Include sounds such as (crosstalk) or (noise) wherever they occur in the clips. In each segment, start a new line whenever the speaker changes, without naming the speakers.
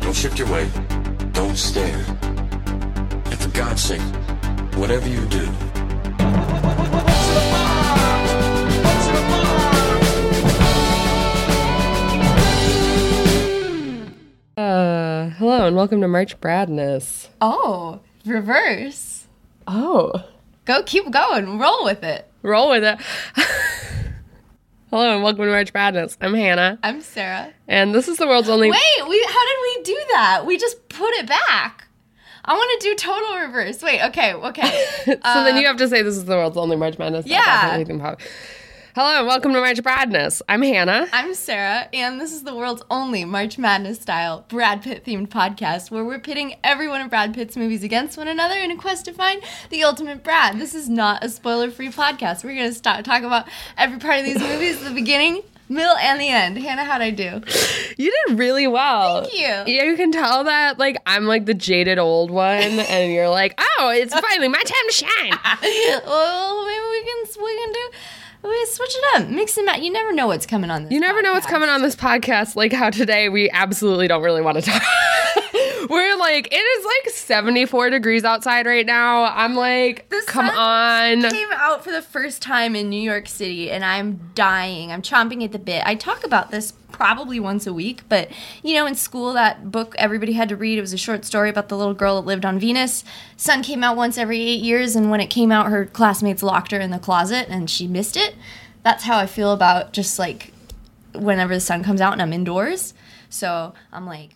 Don't shift your weight. Don't stare. And for God's sake, whatever you do,
Uh, hello and welcome to March Bradness.
Oh, reverse.
Oh,
Go, keep going, roll with it.
roll with it. (laughs) hello and welcome to March Bradness. I'm Hannah,
I'm Sarah.
and this is the world's only.
Wait, we how did we do that? We just put it back. I want to do total reverse. Wait, okay, okay.
so then you have to say this is the world's only March Madness.
uh, Yeah.
podcast that we can pop- Hello and welcome to March Bradness. I'm Hannah.
I'm Sarah, and this is the world's only March Madness style Brad Pitt themed podcast where we're pitting every one of Brad Pitt's movies against one another in a quest to find the ultimate Brad. This is not a spoiler free podcast. We're going to start talk about every part of these movies, the beginning, middle, and the end. Hannah, how'd I do?
You did really well.
Thank you.
Yeah, you can tell that like I'm like the jaded old one, and you're like, oh, it's finally my time to shine.
(laughs) well, maybe we can we can do we switch it up, mix and match. You never know what's coming on this.
You never know what's coming on this podcast, like how today we absolutely don't really want to talk. (laughs) We're like, it is like 74 degrees outside right now. I'm like,
The
come
sun
on.
Came out for the first time in New York City, and I'm dying. I'm chomping at the bit. I talk about this probably once a week, but you know, in school, that book everybody had to read. It was a short story about the little girl that lived on Venus. Sun came out once every eight years, and when it came out, her classmates locked her in the closet, and she missed it. That's how I feel about just like whenever the sun comes out and I'm indoors. So I'm like,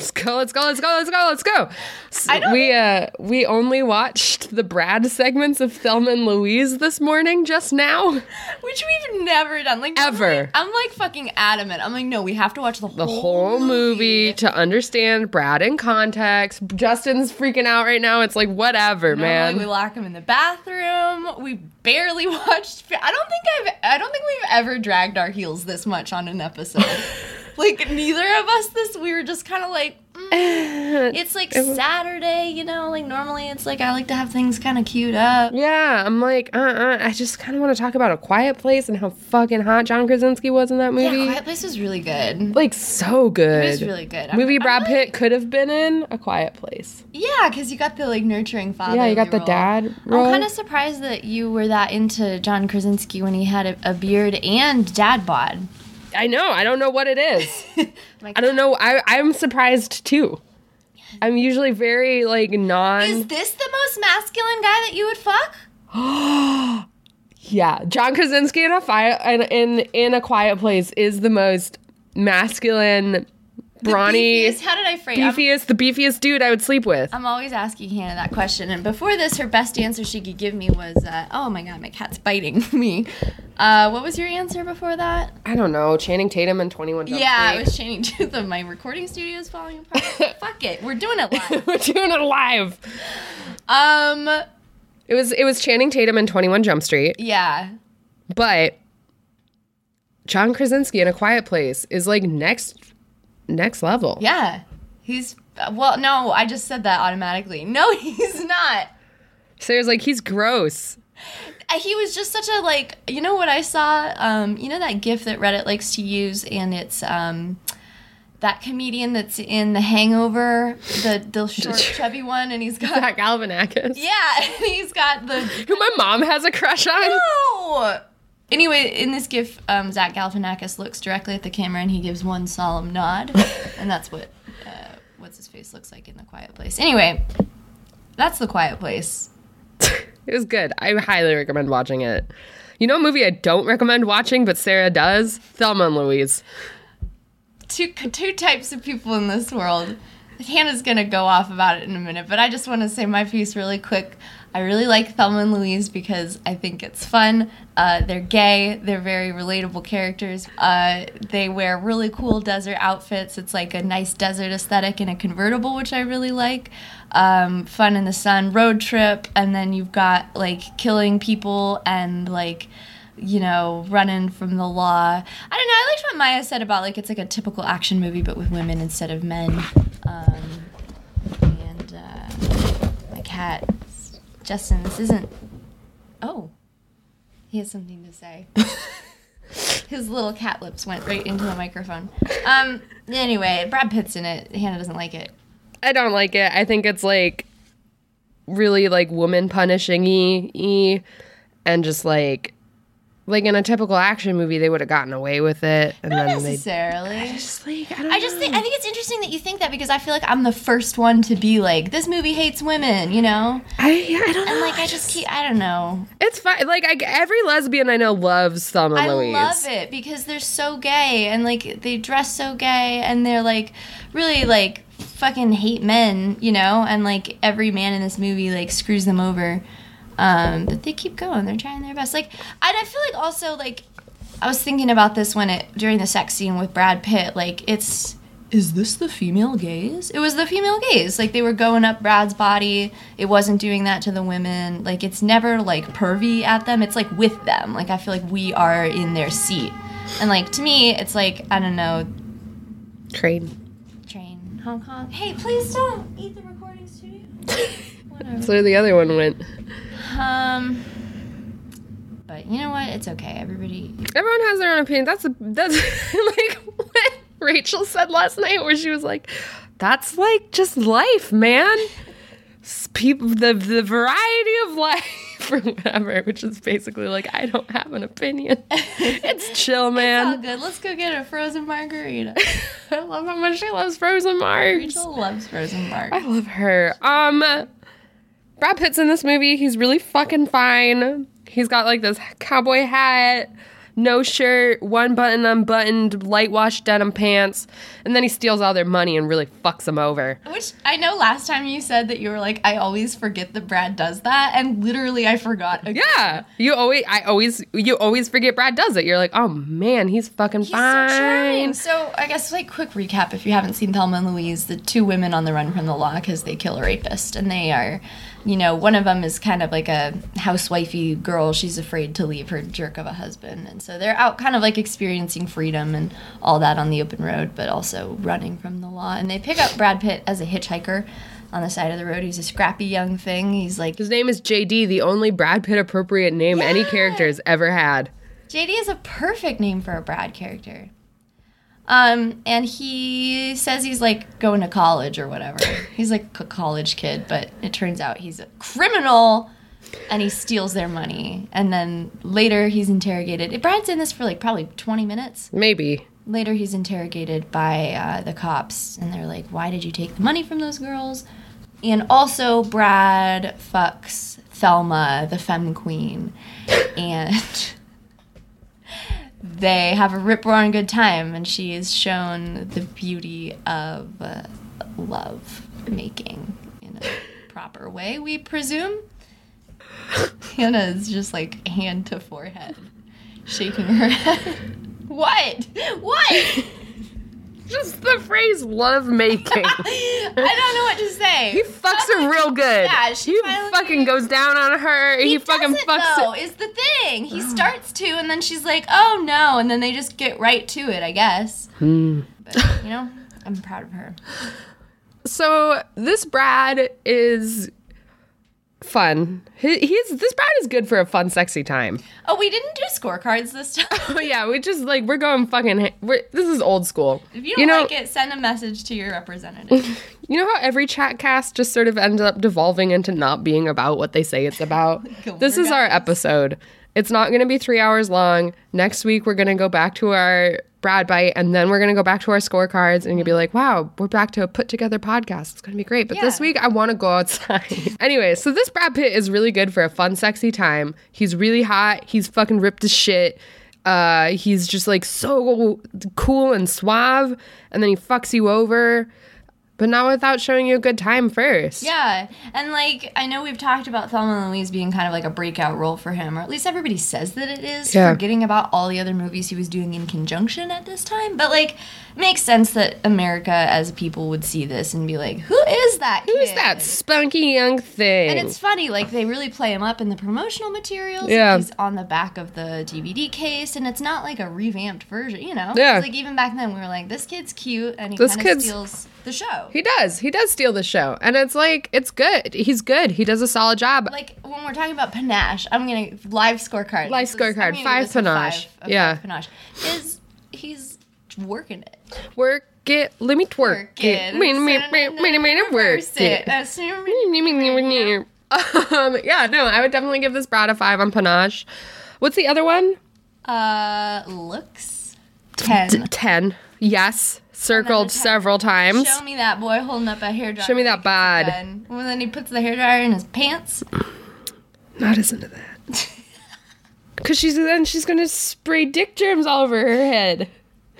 Let's go, let's go, let's go, let's go, let's go. S-
I don't-
we uh we only watched the Brad segments of Thelma and Louise this morning just now.
Which we've never done, like
Ever.
I'm like fucking adamant. I'm like, no, we have to watch the whole
The whole movie to understand Brad in context. Justin's freaking out right now. It's like whatever, man.
Normally we lock him in the bathroom. We barely (laughs) watched. I don't think I've. I don't think we've ever dragged our heels this much on
(laughs)
an episode. like neither of us. This we were just kind of like.
(laughs)
mm. It's like Saturday, you know. Like normally, it's like I like to have things kind of queued up.
Yeah, I'm like, uh, uh I just kind of want to talk about a quiet place and how fucking hot John Krasinski was in that
Yeah,
movie.
Quiet Place was really good.
like so good.
It was really good. I'm-
movie
I'm
Brad
really-
Pitt could have been in a quiet place.
Yeah, because you got the like nurturing father.
yeah, you got the
role.
dad role.
I'm kind of surprised that you were that into John Krasinski when he had a, a beard and dad bod.
I know. I don't know what it is.
Like,
I don't know. I I'm surprised too. I'm usually very like non.
Is this the most masculine guy that you would fuck?
yeah, John Krasinski in a fire in, in in a quiet place is the most masculine, brawny,
Beefiest- how did I phrase? I'm-
beefiest, the beefiest dude I would sleep with.
I'm always asking Hannah that question, and before this, her best answer she could give me was, uh, "Oh my god, my cat's biting (laughs) me." Uh, what was your answer before that?
I don't know, Channing Tatum and 21 Jump
yeah,
Street.
it was changing (laughs) to the my recording studio is falling apart. fuck it, we're doing it live.
We're doing it live.
Um,
It was it was Channing Tatum and 21 Jump Street,
yeah,
but John Krasinski in A Quiet Place is like next next level.
yeah, he's well. No, I just said that automatically. No, (laughs) he's not.
Sarah's like he's gross.
Uh, he was just such a like you know what i saw um you know that gif that reddit likes to use and it's um that comedian that's in the hangover the
(laughs)
the short chubby one and he's got
Zach (laughs) Galifianakis,
yeah (laughs) and he's got the
who my mom has a crush on.
no anyway in this gif um zach galifianakis looks directly at the camera and he gives one solemn nod and that's what uh, what's his face looks like in the quiet place anyway that's the quiet place
(laughs) It was good. I highly recommend watching it. You know a movie I don't recommend watching, but Sarah does? Thelma and Louise.
two two types of people in this world. Hannah's gonna go off about it in a minute, but I just want to say my piece really quick. I really like Thelma and Louise because I think it's fun. Uh, they're gay. They're very relatable characters. Uh, they wear really cool desert outfits. It's like a nice desert aesthetic in a convertible, which I really like. Um, fun in the sun, road trip, and then you've got like killing people and like you know, running from the law. I don't know. I liked what Maya said about like it's like a typical action movie, but with women instead of men. Um, and uh, my cat, Justin. This isn't. Oh, he has something to say. (laughs) His little cat lips went right into the microphone. Um. Anyway, Brad Pitt's in it. Hannah doesn't like it.
I don't like it. I think it's like really like woman punishing y and just like like in a typical action movie they would have gotten away with it and
Not
then they
necessarily.
just like I don't
I just think I think it's interesting that you think that because I feel like I'm the first one to be like this movie hates women, you know?
I, yeah, I don't know.
And like I just keep I don't know.
it's fine. Like I, every lesbian I know loves Thelma
I
Louise.
love it because they're so gay and like they dress so gay and they're like really like fucking hate men, you know? And like every man in this movie like screws them over. Um, but they keep going. They're trying their best. Like and I feel like also like I was thinking about this when it during the sex scene with Brad Pitt. Like it's is this the female gaze? It was the female gaze. Like they were going up Brad's body. It wasn't doing that to the women. Like it's never like pervy at them. It's like with them. Like I feel like we are in their seat. And like to me, it's like I don't know,
Train.
train Hong Kong. Hey, please don't eat the recording studio. Whatever.
That's where the other one went.
(laughs) Um. But you know what? It's okay. (laughs) Everybody.
Everyone has their own opinion. That's a, that's (laughs) like what Rachel said last night, where she was like, "That's like just life, man. S- People, the the variety of (laughs) life, or whatever." Which is basically like, I don't have an opinion. It's chill,
All
man.
good. Let's go get a frozen margarita. (laughs)
(laughs) I love how much she loves Frozen Mars.
Rachel loves frozen
I
margarita.
love her. Um, Brad Pitt's in this movie. He's really fucking fine. He's got like this cowboy hat, no shirt, one button unbuttoned, light wash denim pants, and then he steals all their money and really fucks them over.
Which I know last time you said that you were like, I always forget that Brad does that, and literally I forgot. Again.
Yeah, you always, I always, you always forget Brad does it. You're like, oh man, he's fucking
He's so
fine.
trying. So I guess like quick recap if you haven't seen Thelma and Louise, the two women on the run from the law because they kill a rapist, and they are, you know, one of them is kind of like a housewifey girl. She's afraid to leave her jerk of a husband, and so they're out kind of like experiencing freedom and all that on the open road, but also running from the law. And they pick up Brad Pitt as a hitchhiker on the side of the road. He's a scrappy young thing. He's like
His name is JD, the only Brad Pitt appropriate name any
Yeah.
character has ever had.
JD is a perfect name for a Brad character. Um, and he says he's like going to college or whatever. he's like a college kid, but it turns out he's a criminal and he steals their money. And then later he's interrogated. Brad's in this for like probably 20 minutes.
Maybe.
Later he's interrogated by uh, the cops and they're like, why did you take the money from those girls? And also, Brad fucks Thelma, the femme queen, and (laughs) they have a rip roaring good time, and she is shown the beauty of uh, love making in a proper way, we presume. (laughs) Hannah is just like hand to forehead, shaking her (laughs) head. What? What?
Just the phrase love making.
I don't know what to say.
He fucks her real good.
Yeah, she
he
finally-
fucking goes down on her. He,
he
fucking
doesn't,
fucks
though,
her.
is the thing.
(sighs)
He starts to, and then she's like, "Oh no!" And then they just get right to it, I guess.
Hmm.
But you know, I'm proud of her.
So this Brad is fun. He, he's this Brad is good for a fun, sexy time.
Oh, we didn't do scorecards this time.
(laughs) But yeah, we just like we're going fucking. ha- We're, this is old school.
If you don't like it, send a message to your representative.
You know how every chat cast just sort of ends up devolving into not being about what they say it's about?
Like
this is our
overdose.
episode. It's not going to be three hours long. Next week, we're going to go back to our Brad Bite and then we're going to go back to our scorecards and you'll be like, wow, we're back to a put together podcast. It's going to be great. But this
Yeah.
week, I want to go outside. (laughs) anyway, so this Brad Pitt is really good for a fun, sexy time. He's really hot. He's fucking ripped as shit. Uh, he's just like so cool and suave. And then he fucks you over but not without showing you a good time first.
yeah, and like I know we've talked about Thelma and Louise being kind of like a breakout role for him, or at least everybody says that it is.
Yeah.
Forgetting about all the other movies he was doing in conjunction at this time, but like makes sense that America as people would see this and be like, who is that?
Who is
kid?"
that spunky young thing?
And it's funny, like they really play him up in the promotional materials.
Yeah.
He's on the back of the DVD case, and it's not like a revamped version, you know?
Yeah.
It's like even back then, we were like, this kid's cute, and he
This
kind of
kid's-
steals the show.
he does. He does steal the show. And it's like, it's good. He's good. He does a solid job.
Like when we're talking about panache, I'm gonna live scorecard.
Live
This is- I'm
scorecard,
gonna
five
give this a
panache.
a five
Yeah.
panache is he's working it.
work it. Let me twerk, it. Wait, wait, wait, wait, wait, work
Reverse Uh,
it. (laughs)
That's super-
Um, yeah, no, I would definitely give this brat a five on panache. What's the other one?
Uh, looks ten.
D- Ten. Yes, circled
Another ten.
several times.
Show me that boy holding up a hairdryer.
Show me that bod.
Well, then he puts the hairdryer in his pants.
Not as into that. (laughs) Cause she's then she's gonna spray dick germs all over her head.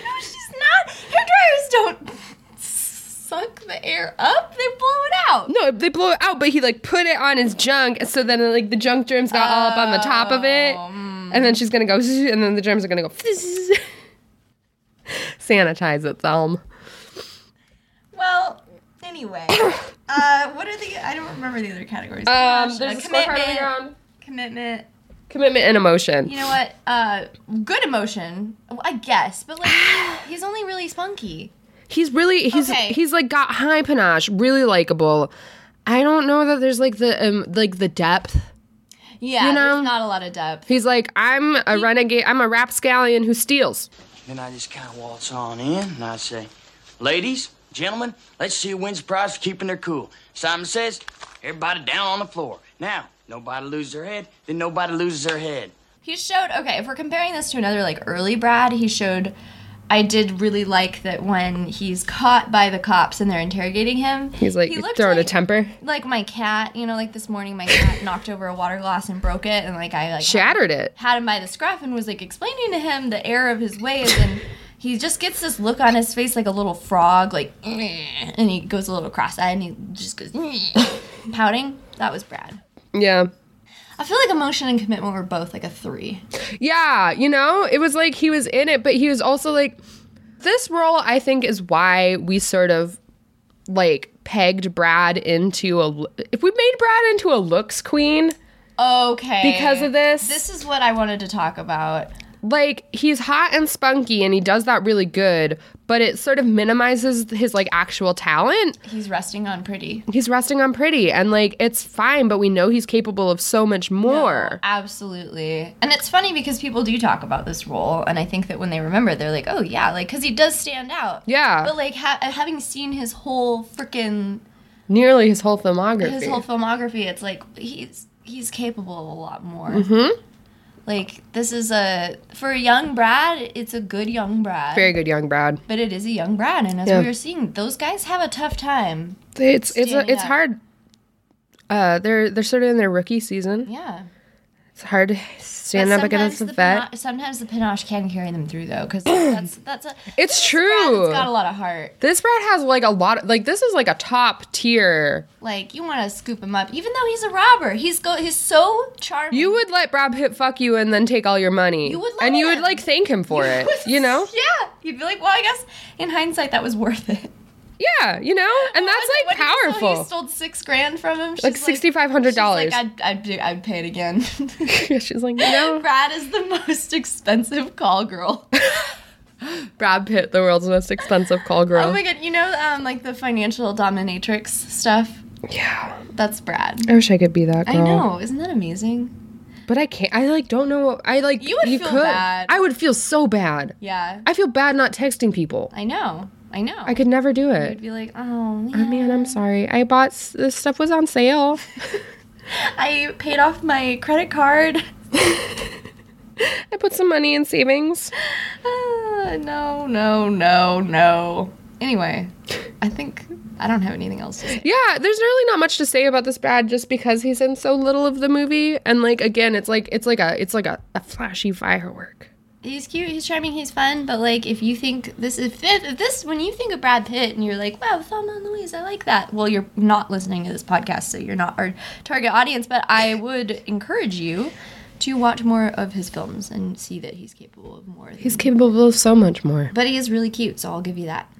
No, she's not. Hairdryers don't (laughs) suck the air up; they blow it out.
No, they blow it out, but he like put it on his junk, so then like the junk germs got all up on the top of it, and then she's gonna go, (laughs) zzz, and then the germs are gonna go. (laughs) zzz. Sanitize it, Thelm.
Well, anyway, (coughs) uh, what are the? I don't remember the other categories.
Um,
Gosh,
there's a
uh,
scorecard on the ground.
commitment.
Commitment and emotion.
You know what? Uh, good emotion, I guess. But (sighs) like, he's only really spunky.
He's really he's
Okay.
he's like got high panache, really likable. I don't know that there's like the um, like the depth.
Yeah,
You know?
there's not a lot of depth.
He's like I'm a renegade. I'm a rapscallion who steals.
Then I just kind of waltz on in and I say, Ladies, gentlemen, let's see who wins the prize for keeping their cool. Simon says, Everybody down on the floor. Now, nobody loses their head, then nobody loses their head.
He showed okay. If we're comparing this to another like early Brad, he showed. I did really like that when he's caught by the cops and they're interrogating him.
He's like
he looked
throwing
like-
a temper,
Like my cat, you know, like this morning my cat (laughs) knocked over a water glass and broke it, and like I like
shattered it.
had him by the scruff and was like explaining to him the error of his ways and he just gets this look on his face like a little frog like (sniffs) and he goes a little cross-eyed and he just goes (sniffs) pouting that was brad
Yeah.
i feel like emotion and commitment were both like a three
Yeah, you know, it was like he was in it, but he was also like, this role, I think, is why we sort of like pegged Brad into a. If we made Brad into a looks queen
okay
because of this,
this is what i wanted to talk about
like he's hot and spunky and he does that really good, but it sort of minimizes his like actual talent.
he's resting on pretty
He's resting on pretty and like it's fine, but we know he's capable of so much more.
absolutely and it's funny because people do talk about this role and i think that when they remember they're like oh yeah like because he does stand out
Yeah,
but like ha- having seen his whole freaking
nearly his whole filmography.
his whole filmography it's like he's he's capable of a lot more
Mm-hmm.
like this is a for a young brad it's a good young brad
Very good, young Brad.
but it is a young brad and as
Yeah.
we were seeing those guys have a tough time
It's it's
standing
it's
up.
hard. Uh, they're they're sort of in their rookie season.
yeah
It's hard to stand
But
up against
sometimes
the
the
vet.
pana- sometimes the panache can carry them through though
(clears throat)
because that's that's a
It's
brad
true.
has got a lot of heart
This brat has like a lot. Of, like this is like a top tier.
like you want to scoop him up even though he's a robber he's go he's so charming (laughs)
You would let Brad Pitt fuck you and then take all your money.
You would love
and you would
him.
like thank him for it. You
(laughs)
know?
yeah you'd be like well i guess in hindsight that was worth it
Yeah, you know. And that's like
When- when he stole- He
powerful.
stole six grand from him. She's
Like $6,500.
she's like, I'd, I'd, do- I'd pay it again. (laughs)
She's like, (laughs) no.
Brad is the most expensive call girl.
Brad Pitt, the world's most expensive call girl.
Oh my god, you know, um, like the financial dominatrix stuff.
yeah.
That's Brad.
I wish I could be that
I
girl.
know, isn't that amazing?
But I can't. I like don't know. what- I like
You would feel
could.
bad.
I would feel so bad.
Yeah,
I feel bad not texting people.
I know, I know.
I could never do
I'd
it.
be like, oh
I
yeah.
mean, I'm sorry. I bought s- this stuff was on (laughs) sale.
I paid off my credit card. (laughs)
I put some money in savings.
Ah, no, no, no, no. Anyway, I think I don't have anything else to say.
Yeah, there's really not much to say about this Brad just because he's in so little of the movie. And like again, it's like it's like a it's like a, a flashy firework.
he's cute, he's charming, he's fun, but like if you think this if, if, if this when you think of Brad Pitt and you're like, wow, Thelma and Louise, I like that. Well, you're not listening to this podcast, so you're not our target audience, but I would encourage you to watch more of his films and see that he's capable of more. Than,
He's capable of so much more.
but he is really cute, so I'll give you that.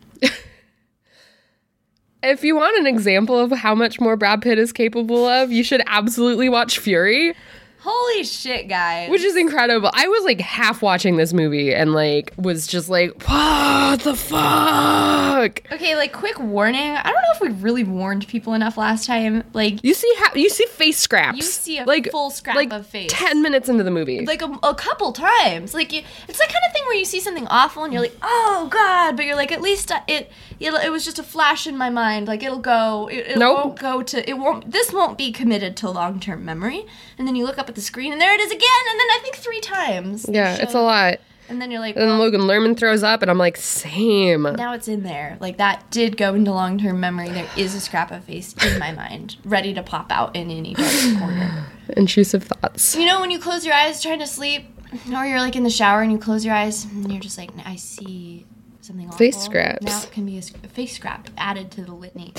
If you want an example of how much more Brad Pitt is capable of, you should absolutely watch Fury,
Holy shit, guys!
which is incredible. I was like half watching this movie and like was just like, what the fuck?
okay, like quick warning. I don't know if we really warned people enough last time. Like
You see how you see face scraps.
You see a full scrap
like
of face.
Ten minutes into the movie,
like a, a couple times. Like you, it's that kind of thing where you see something awful and you're like, "Oh God!" But you're like, "At least I- it it, it was just a flash in my mind. Like it'll go. It, it
Nope.
won't go to. It won't. This won't be committed to long term memory." And then you look up at the screen and there it is again. And then I think three times. They
yeah,
show-
it's a lot.
And then you're like,
And then
well,
Logan Lerman throws up, and I'm like, same.
now it's in there. Like that did go into long term memory. There is a scrap of face in my mind, ready to pop out in any dark corner.
Intrusive thoughts.
You know when you close your eyes trying to sleep, or you're like in the shower and you close your eyes and you're just like, I see something awful.
Face scraps.
Now it can be a, sc- a face scrap added to the litany.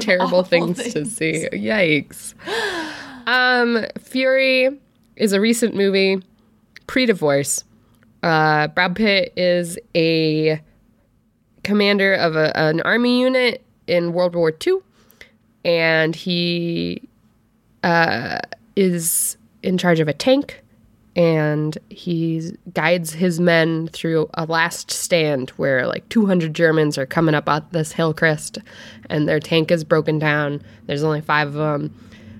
(laughs) Terrible
awful
things, to
things.
see. Yikes. Um, Fury is a recent movie, pre-divorce. Uh, Brad Pitt is a commander of a, an army unit in World War II, and he uh, is in charge of a tank and he guides his men through a last stand where like 200 Germans are coming up out this hill crest and their tank is broken down. There's only five of them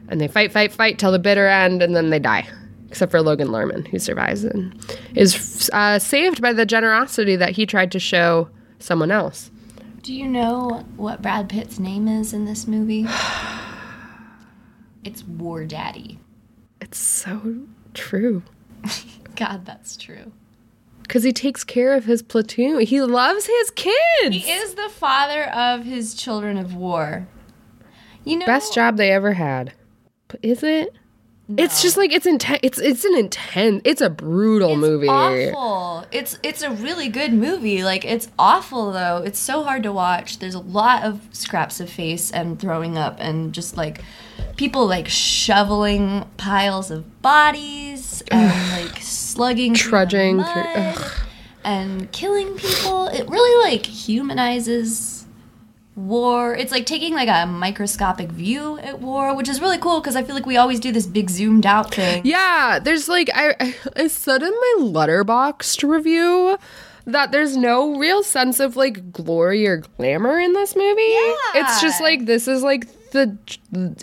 and they fight, fight, fight till the bitter end and then they die. Except for Logan Lerman, who survives and is uh, saved by the generosity that he tried to show someone else.
Do you know what Brad Pitt's name is in
(sighs)
this movie? It's War Daddy.
It's so true.
God, that's true.
Because he takes care of his platoon. He loves his kids.
He is the father of his children of war. You know,
best job they ever had. But is it? It's just like it's intense. It's it's an intense. It's a brutal
It's
movie.
Awful. It's it's a really good movie. Like it's awful though. It's so hard to watch. There's a lot of scraps of face and throwing up and just like people like shoveling piles
(sighs)
of bodies and like slugging through the
Trudging through-
mud
ugh.
and killing people. It really like humanizes war. It's like taking like a microscopic view at war, which is really cool because I feel like we always do this big zoomed out thing.
Yeah, there's like I I- I said in my letterboxed review that there's no real sense of like glory or glamour in this movie. It's just
Yeah.
like this is like the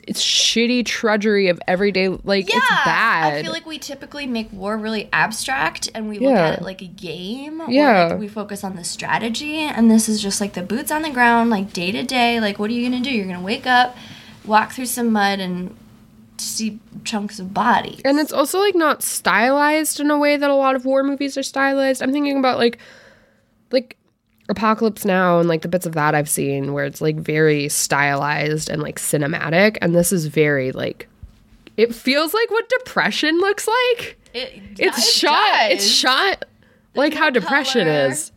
it's shitty trudgery of everyday like it's bad.
I feel like we typically make war really abstract and we look
Yeah.
at it like a game. or,
Yeah.
like, we focus on the strategy and this is just like the boots on the ground, like day to day. Like, what are you going to do? You're going to wake up, walk through some mud, and see chunks of bodies.
And it's also like not stylized in a way that a lot of war movies are stylized. I'm thinking about like like Apocalypse Now and like the bits of that I've seen where it's like very stylized and like cinematic and this is very like it feels like what depression looks like.
It-
It's
it
shot it's
does.
shot like how depression
color.
is.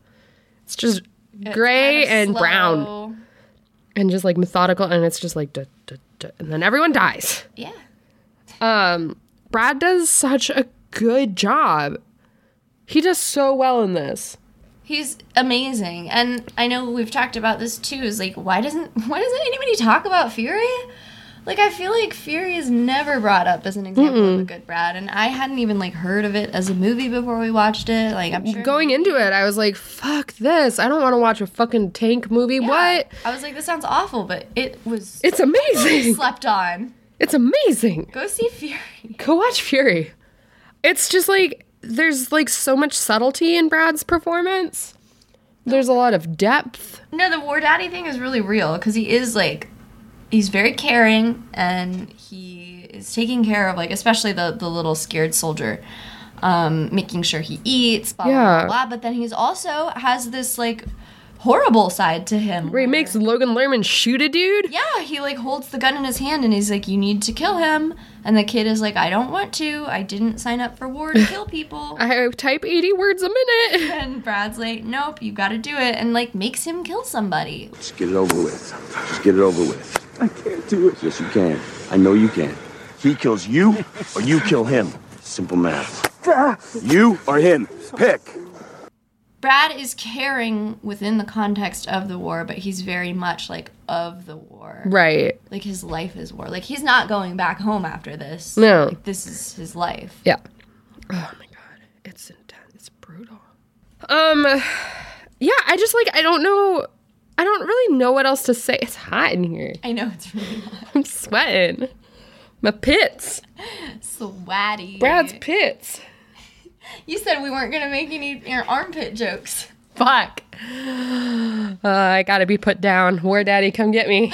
It's just
It's
gray
kinda
and brown
slow.
and just like methodical and it's just like duh, duh, duh, and then everyone dies.
Yeah.
um Brad does such a good job. He does so well in this.
He's amazing. And I know we've talked about this too, is like why doesn't (laughs) why doesn't anybody talk about Fury? Like I feel like Fury is never brought up as an example of a good Brad, and I hadn't even like heard of it as a movie before we watched it. Like I'm sure
Going into it, I was like, fuck this. I don't want to watch a fucking tank movie.
Yeah.
What?
I was like, this sounds awful, but it was
It's amazing.
(laughs) slept on.
It's amazing.
Go see Fury.
Go watch Fury. It's just like there's like so much subtlety in Brad's performance. There's a lot of depth.
No, the War Daddy thing is really real because he is like he's very caring and he is taking care of like especially the the little scared soldier um making sure he eats blah blah
Yeah.
blah, blah. but then he's also has this like horrible side to him
Where he makes Logan Lerman shoot a dude.
yeah he like holds the gun in his hand and he's like you need to kill him and the kid is like i don't want to i didn't sign up for war to kill people
(laughs) I type 80 words a minute. (laughs)
and brad's like nope you gotta do it and like makes him kill somebody
Just get it over with. Just get it over with. I can't do it. Yes, you can. I know you can. He kills you, or you kill him. Simple math. You or him. Pick.
Brad is caring within the context of the war, but he's very much like of the war.
Right.
Like his life is war. Like he's not going back home after this.
No.
Like this is his life.
Yeah. Oh my god, it's intense. It's brutal. Um, yeah. I just like I don't know. I don't really know what else to say. It's hot in here. (laughs)
I know it's really (laughs)
I'm sweating. My pits.
sweaty.
Brad's pits.
You said we weren't gonna make any your armpit jokes.
Fuck. Uh, I gotta be put down. War daddy, come get (gasps) me.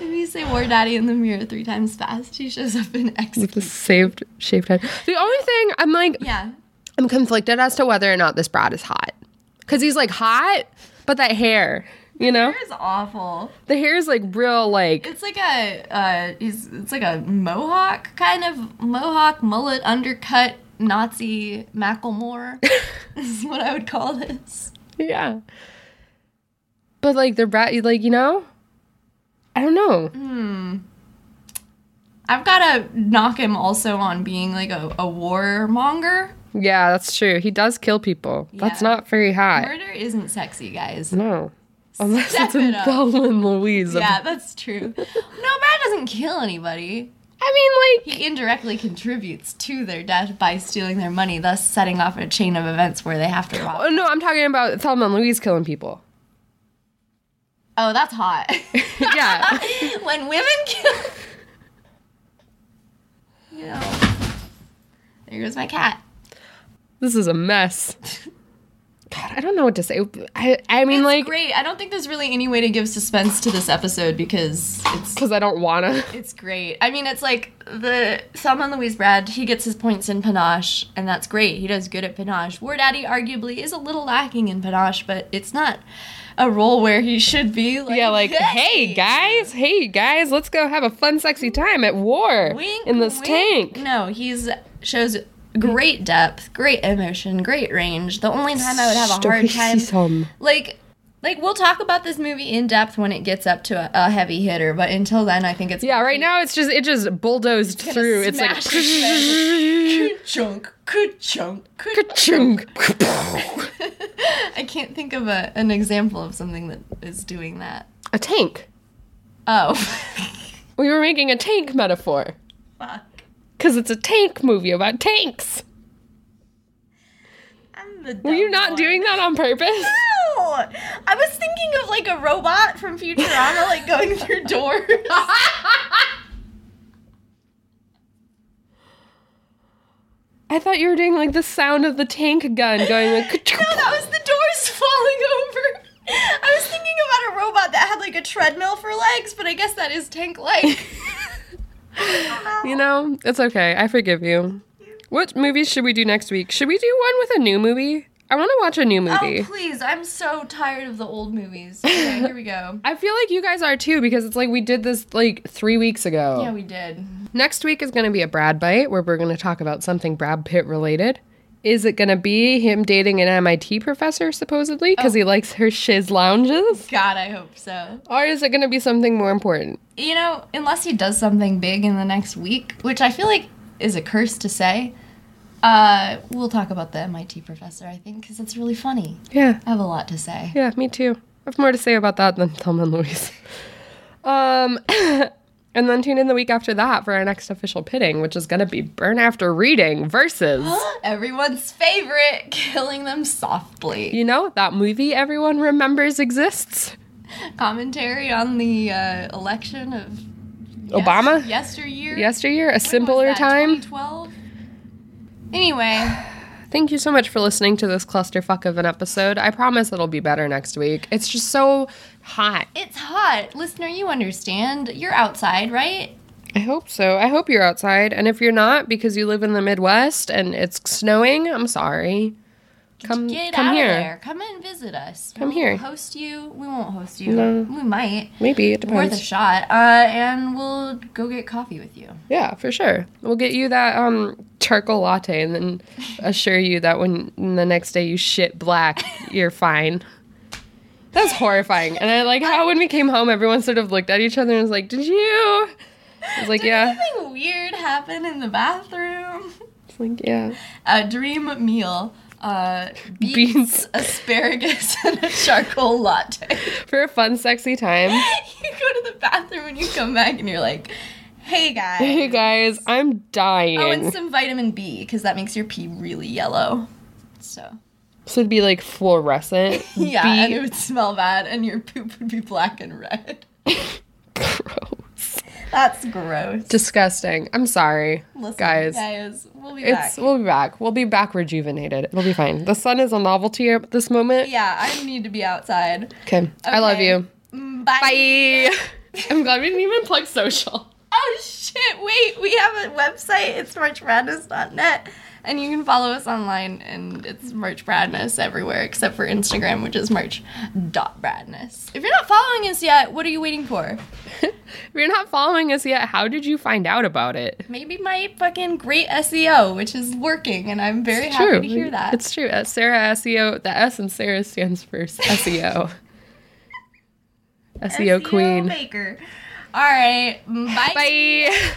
If you say "War Daddy" in the mirror three times fast, he shows up in
With the
executes.
saved shaved head. The only thing I'm like,
Yeah,
I'm conflicted as to whether or not this Brad is hot. Cause he's like hot, but that hair, you know?
hair is awful.
The hair is like real, like
It's like a uh, he's it's like a mohawk kind of mohawk mullet undercut Nazi
(laughs)
Macklemore. is what I would call this.
yeah. But like the Brad, like you know, I don't know.
I've gotta knock him also on being like a, a warmonger.
Yeah, that's true. He does kill people. That's
Yeah.
not very hot.
Murder isn't sexy, guys.
No, unless
Step
it's in
it up.
Thelma Louise.
Yeah, that's true. No, Brad doesn't kill anybody.
I mean, like
He indirectly contributes to their death by stealing their money, thus setting off a chain of events where they have to
oh,
rob.
no, I'm talking about Thelma and Louise killing people.
Oh, that's hot.
(laughs) yeah,
(laughs) when women kill. You know. There goes my cat.
this is a
(laughs)
mess. God, I don't know what to say. I I mean,
It's
like,
great. I don't think there's really any way to give suspense to this episode because it's
because I don't wanna. (laughs)
It's great. I mean, it's like the Thelma and Louise Brad, he gets his points in Panache, and that's great. He does good at Panache. War Daddy arguably is a little lacking in Panache, but it's not a role where he should be. Like,
Yeah,
(laughs)
like, hey guys, hey guys, let's go have a fun, sexy time at war
Wink,
in this
wink.
tank.
No, he's shows great depth, great emotion, great range. The only time I would have a hard time
Stoicism.
like like we'll talk about this movie in depth when it gets up to a, a heavy hitter, but until then I think it's
Yeah, right now it's just it just bulldozed through. It's like
smash his head. chunk, good chunk, good
chunk.
I can't think of a, an example of something that is doing that.
(laughs) a tank.
Oh, (laughs)
We were making a tank metaphor
fuck.
because it's a tank movie about tanks.
I'm the
Were you not doing that on purpose?
No! I was thinking of like a robot from Futurama, like going through doors.
(laughs) I thought you were doing like the sound of the tank gun going like. (laughs)
no, that was the doors (laughs) falling over. I was thinking about a robot that had like a treadmill for legs, but I guess that is tank like.
You know, it's okay. I forgive you. What movies should we do next week? Should we do one with a new movie? I want to watch a new movie.
Oh, please. I'm so tired of the old movies. Okay, here we go.
I feel like you guys are too because it's like we did this like three weeks ago.
Yeah, we did.
Next week is going to be a Brad Bite where we're going to talk about something Brad Pitt related. Is it going to be him dating an MIT professor, supposedly, because
Oh.
he likes her shiz lounges?
God, I hope so.
Or is it going to be something more important?
You know, unless he does something big in the next week, which I feel like is a curse to say, uh, we'll talk about the MIT professor, I think, because it's really funny.
Yeah.
I have a lot to say.
Yeah, me too. I have more to say about that than Thelma and Louise. Um, (coughs) and then tune in the week after that for our next official pitting, which is going to be Burn After Reading versus.
(gasps) (gasps) Everyone's favorite, (laughs) killing them softly.
You know, that movie everyone remembers exists.
Commentary on the uh, election of yes-
Obama?
yesteryear.
Yesteryear, a
When was
simpler
that,
time.
2012. Anyway,
Thank you so much for listening to this clusterfuck of an episode. I promise it'll be better next week. It's just so hot.
it's hot, listener. You understand? You're outside, right?
I hope so. I hope you're outside. And if you're not, because you live in the Midwest and it's snowing, I'm sorry. Come,
Get
come
out
here.
of there. Come and visit us.
Come
we
here.
Won't host you. We won't host you.
No.
We might.
Maybe it
Worth a
depends.
shot. Uh, and we'll go get coffee with you.
yeah, for sure. We'll get you that um, charcoal latte and then assure you that when the next day you shit black, (laughs) you're fine. That's horrifying. And I like how when we came home, everyone sort of looked at each other and was like, "Did you?" I was like, yeah.
Something weird happened in the bathroom. (laughs)
It's like, yeah.
A dream meal. Uh, beets,
Beans.
asparagus, (laughs) and a charcoal latte. (laughs)
For a fun, sexy time.
you go to the bathroom and you come back and you're like, hey guys.
Hey guys, I'm dying.
Oh, and some vitamin B because that makes your pee really yellow. So
so it'd be like fluorescent.
(laughs) yeah,
Be-
and it would smell bad, and your poop would be black and red. (laughs)
Gross.
That's gross.
Disgusting. I'm sorry,
Listen,
guys.
guys, we'll be
It's
back.
we'll be back. We'll be back rejuvenated. It'll be fine. The sun is a novelty at this moment.
Yeah, I need to be outside.
Okay. I love
Okay.
you.
Mm, Bye.
Bye. (laughs) I'm glad we didn't even plug social.
Oh shit! Wait, we have a website. It's merchmadness.net, and you can follow us online. And it's merchbradness everywhere except for Instagram, which is merch.bradness. If you're not following us yet, what are you waiting for?
If you're not following us yet, how did you find out about it?
Maybe my fucking great SEO, which is working, and I'm very happy
True.
to hear that.
It's true. Uh, Sarah SEO. The S in Sarah stands for E
(laughs)
SEO. SEO queen.
E Baker. All right. Bye.
E (laughs) Bye.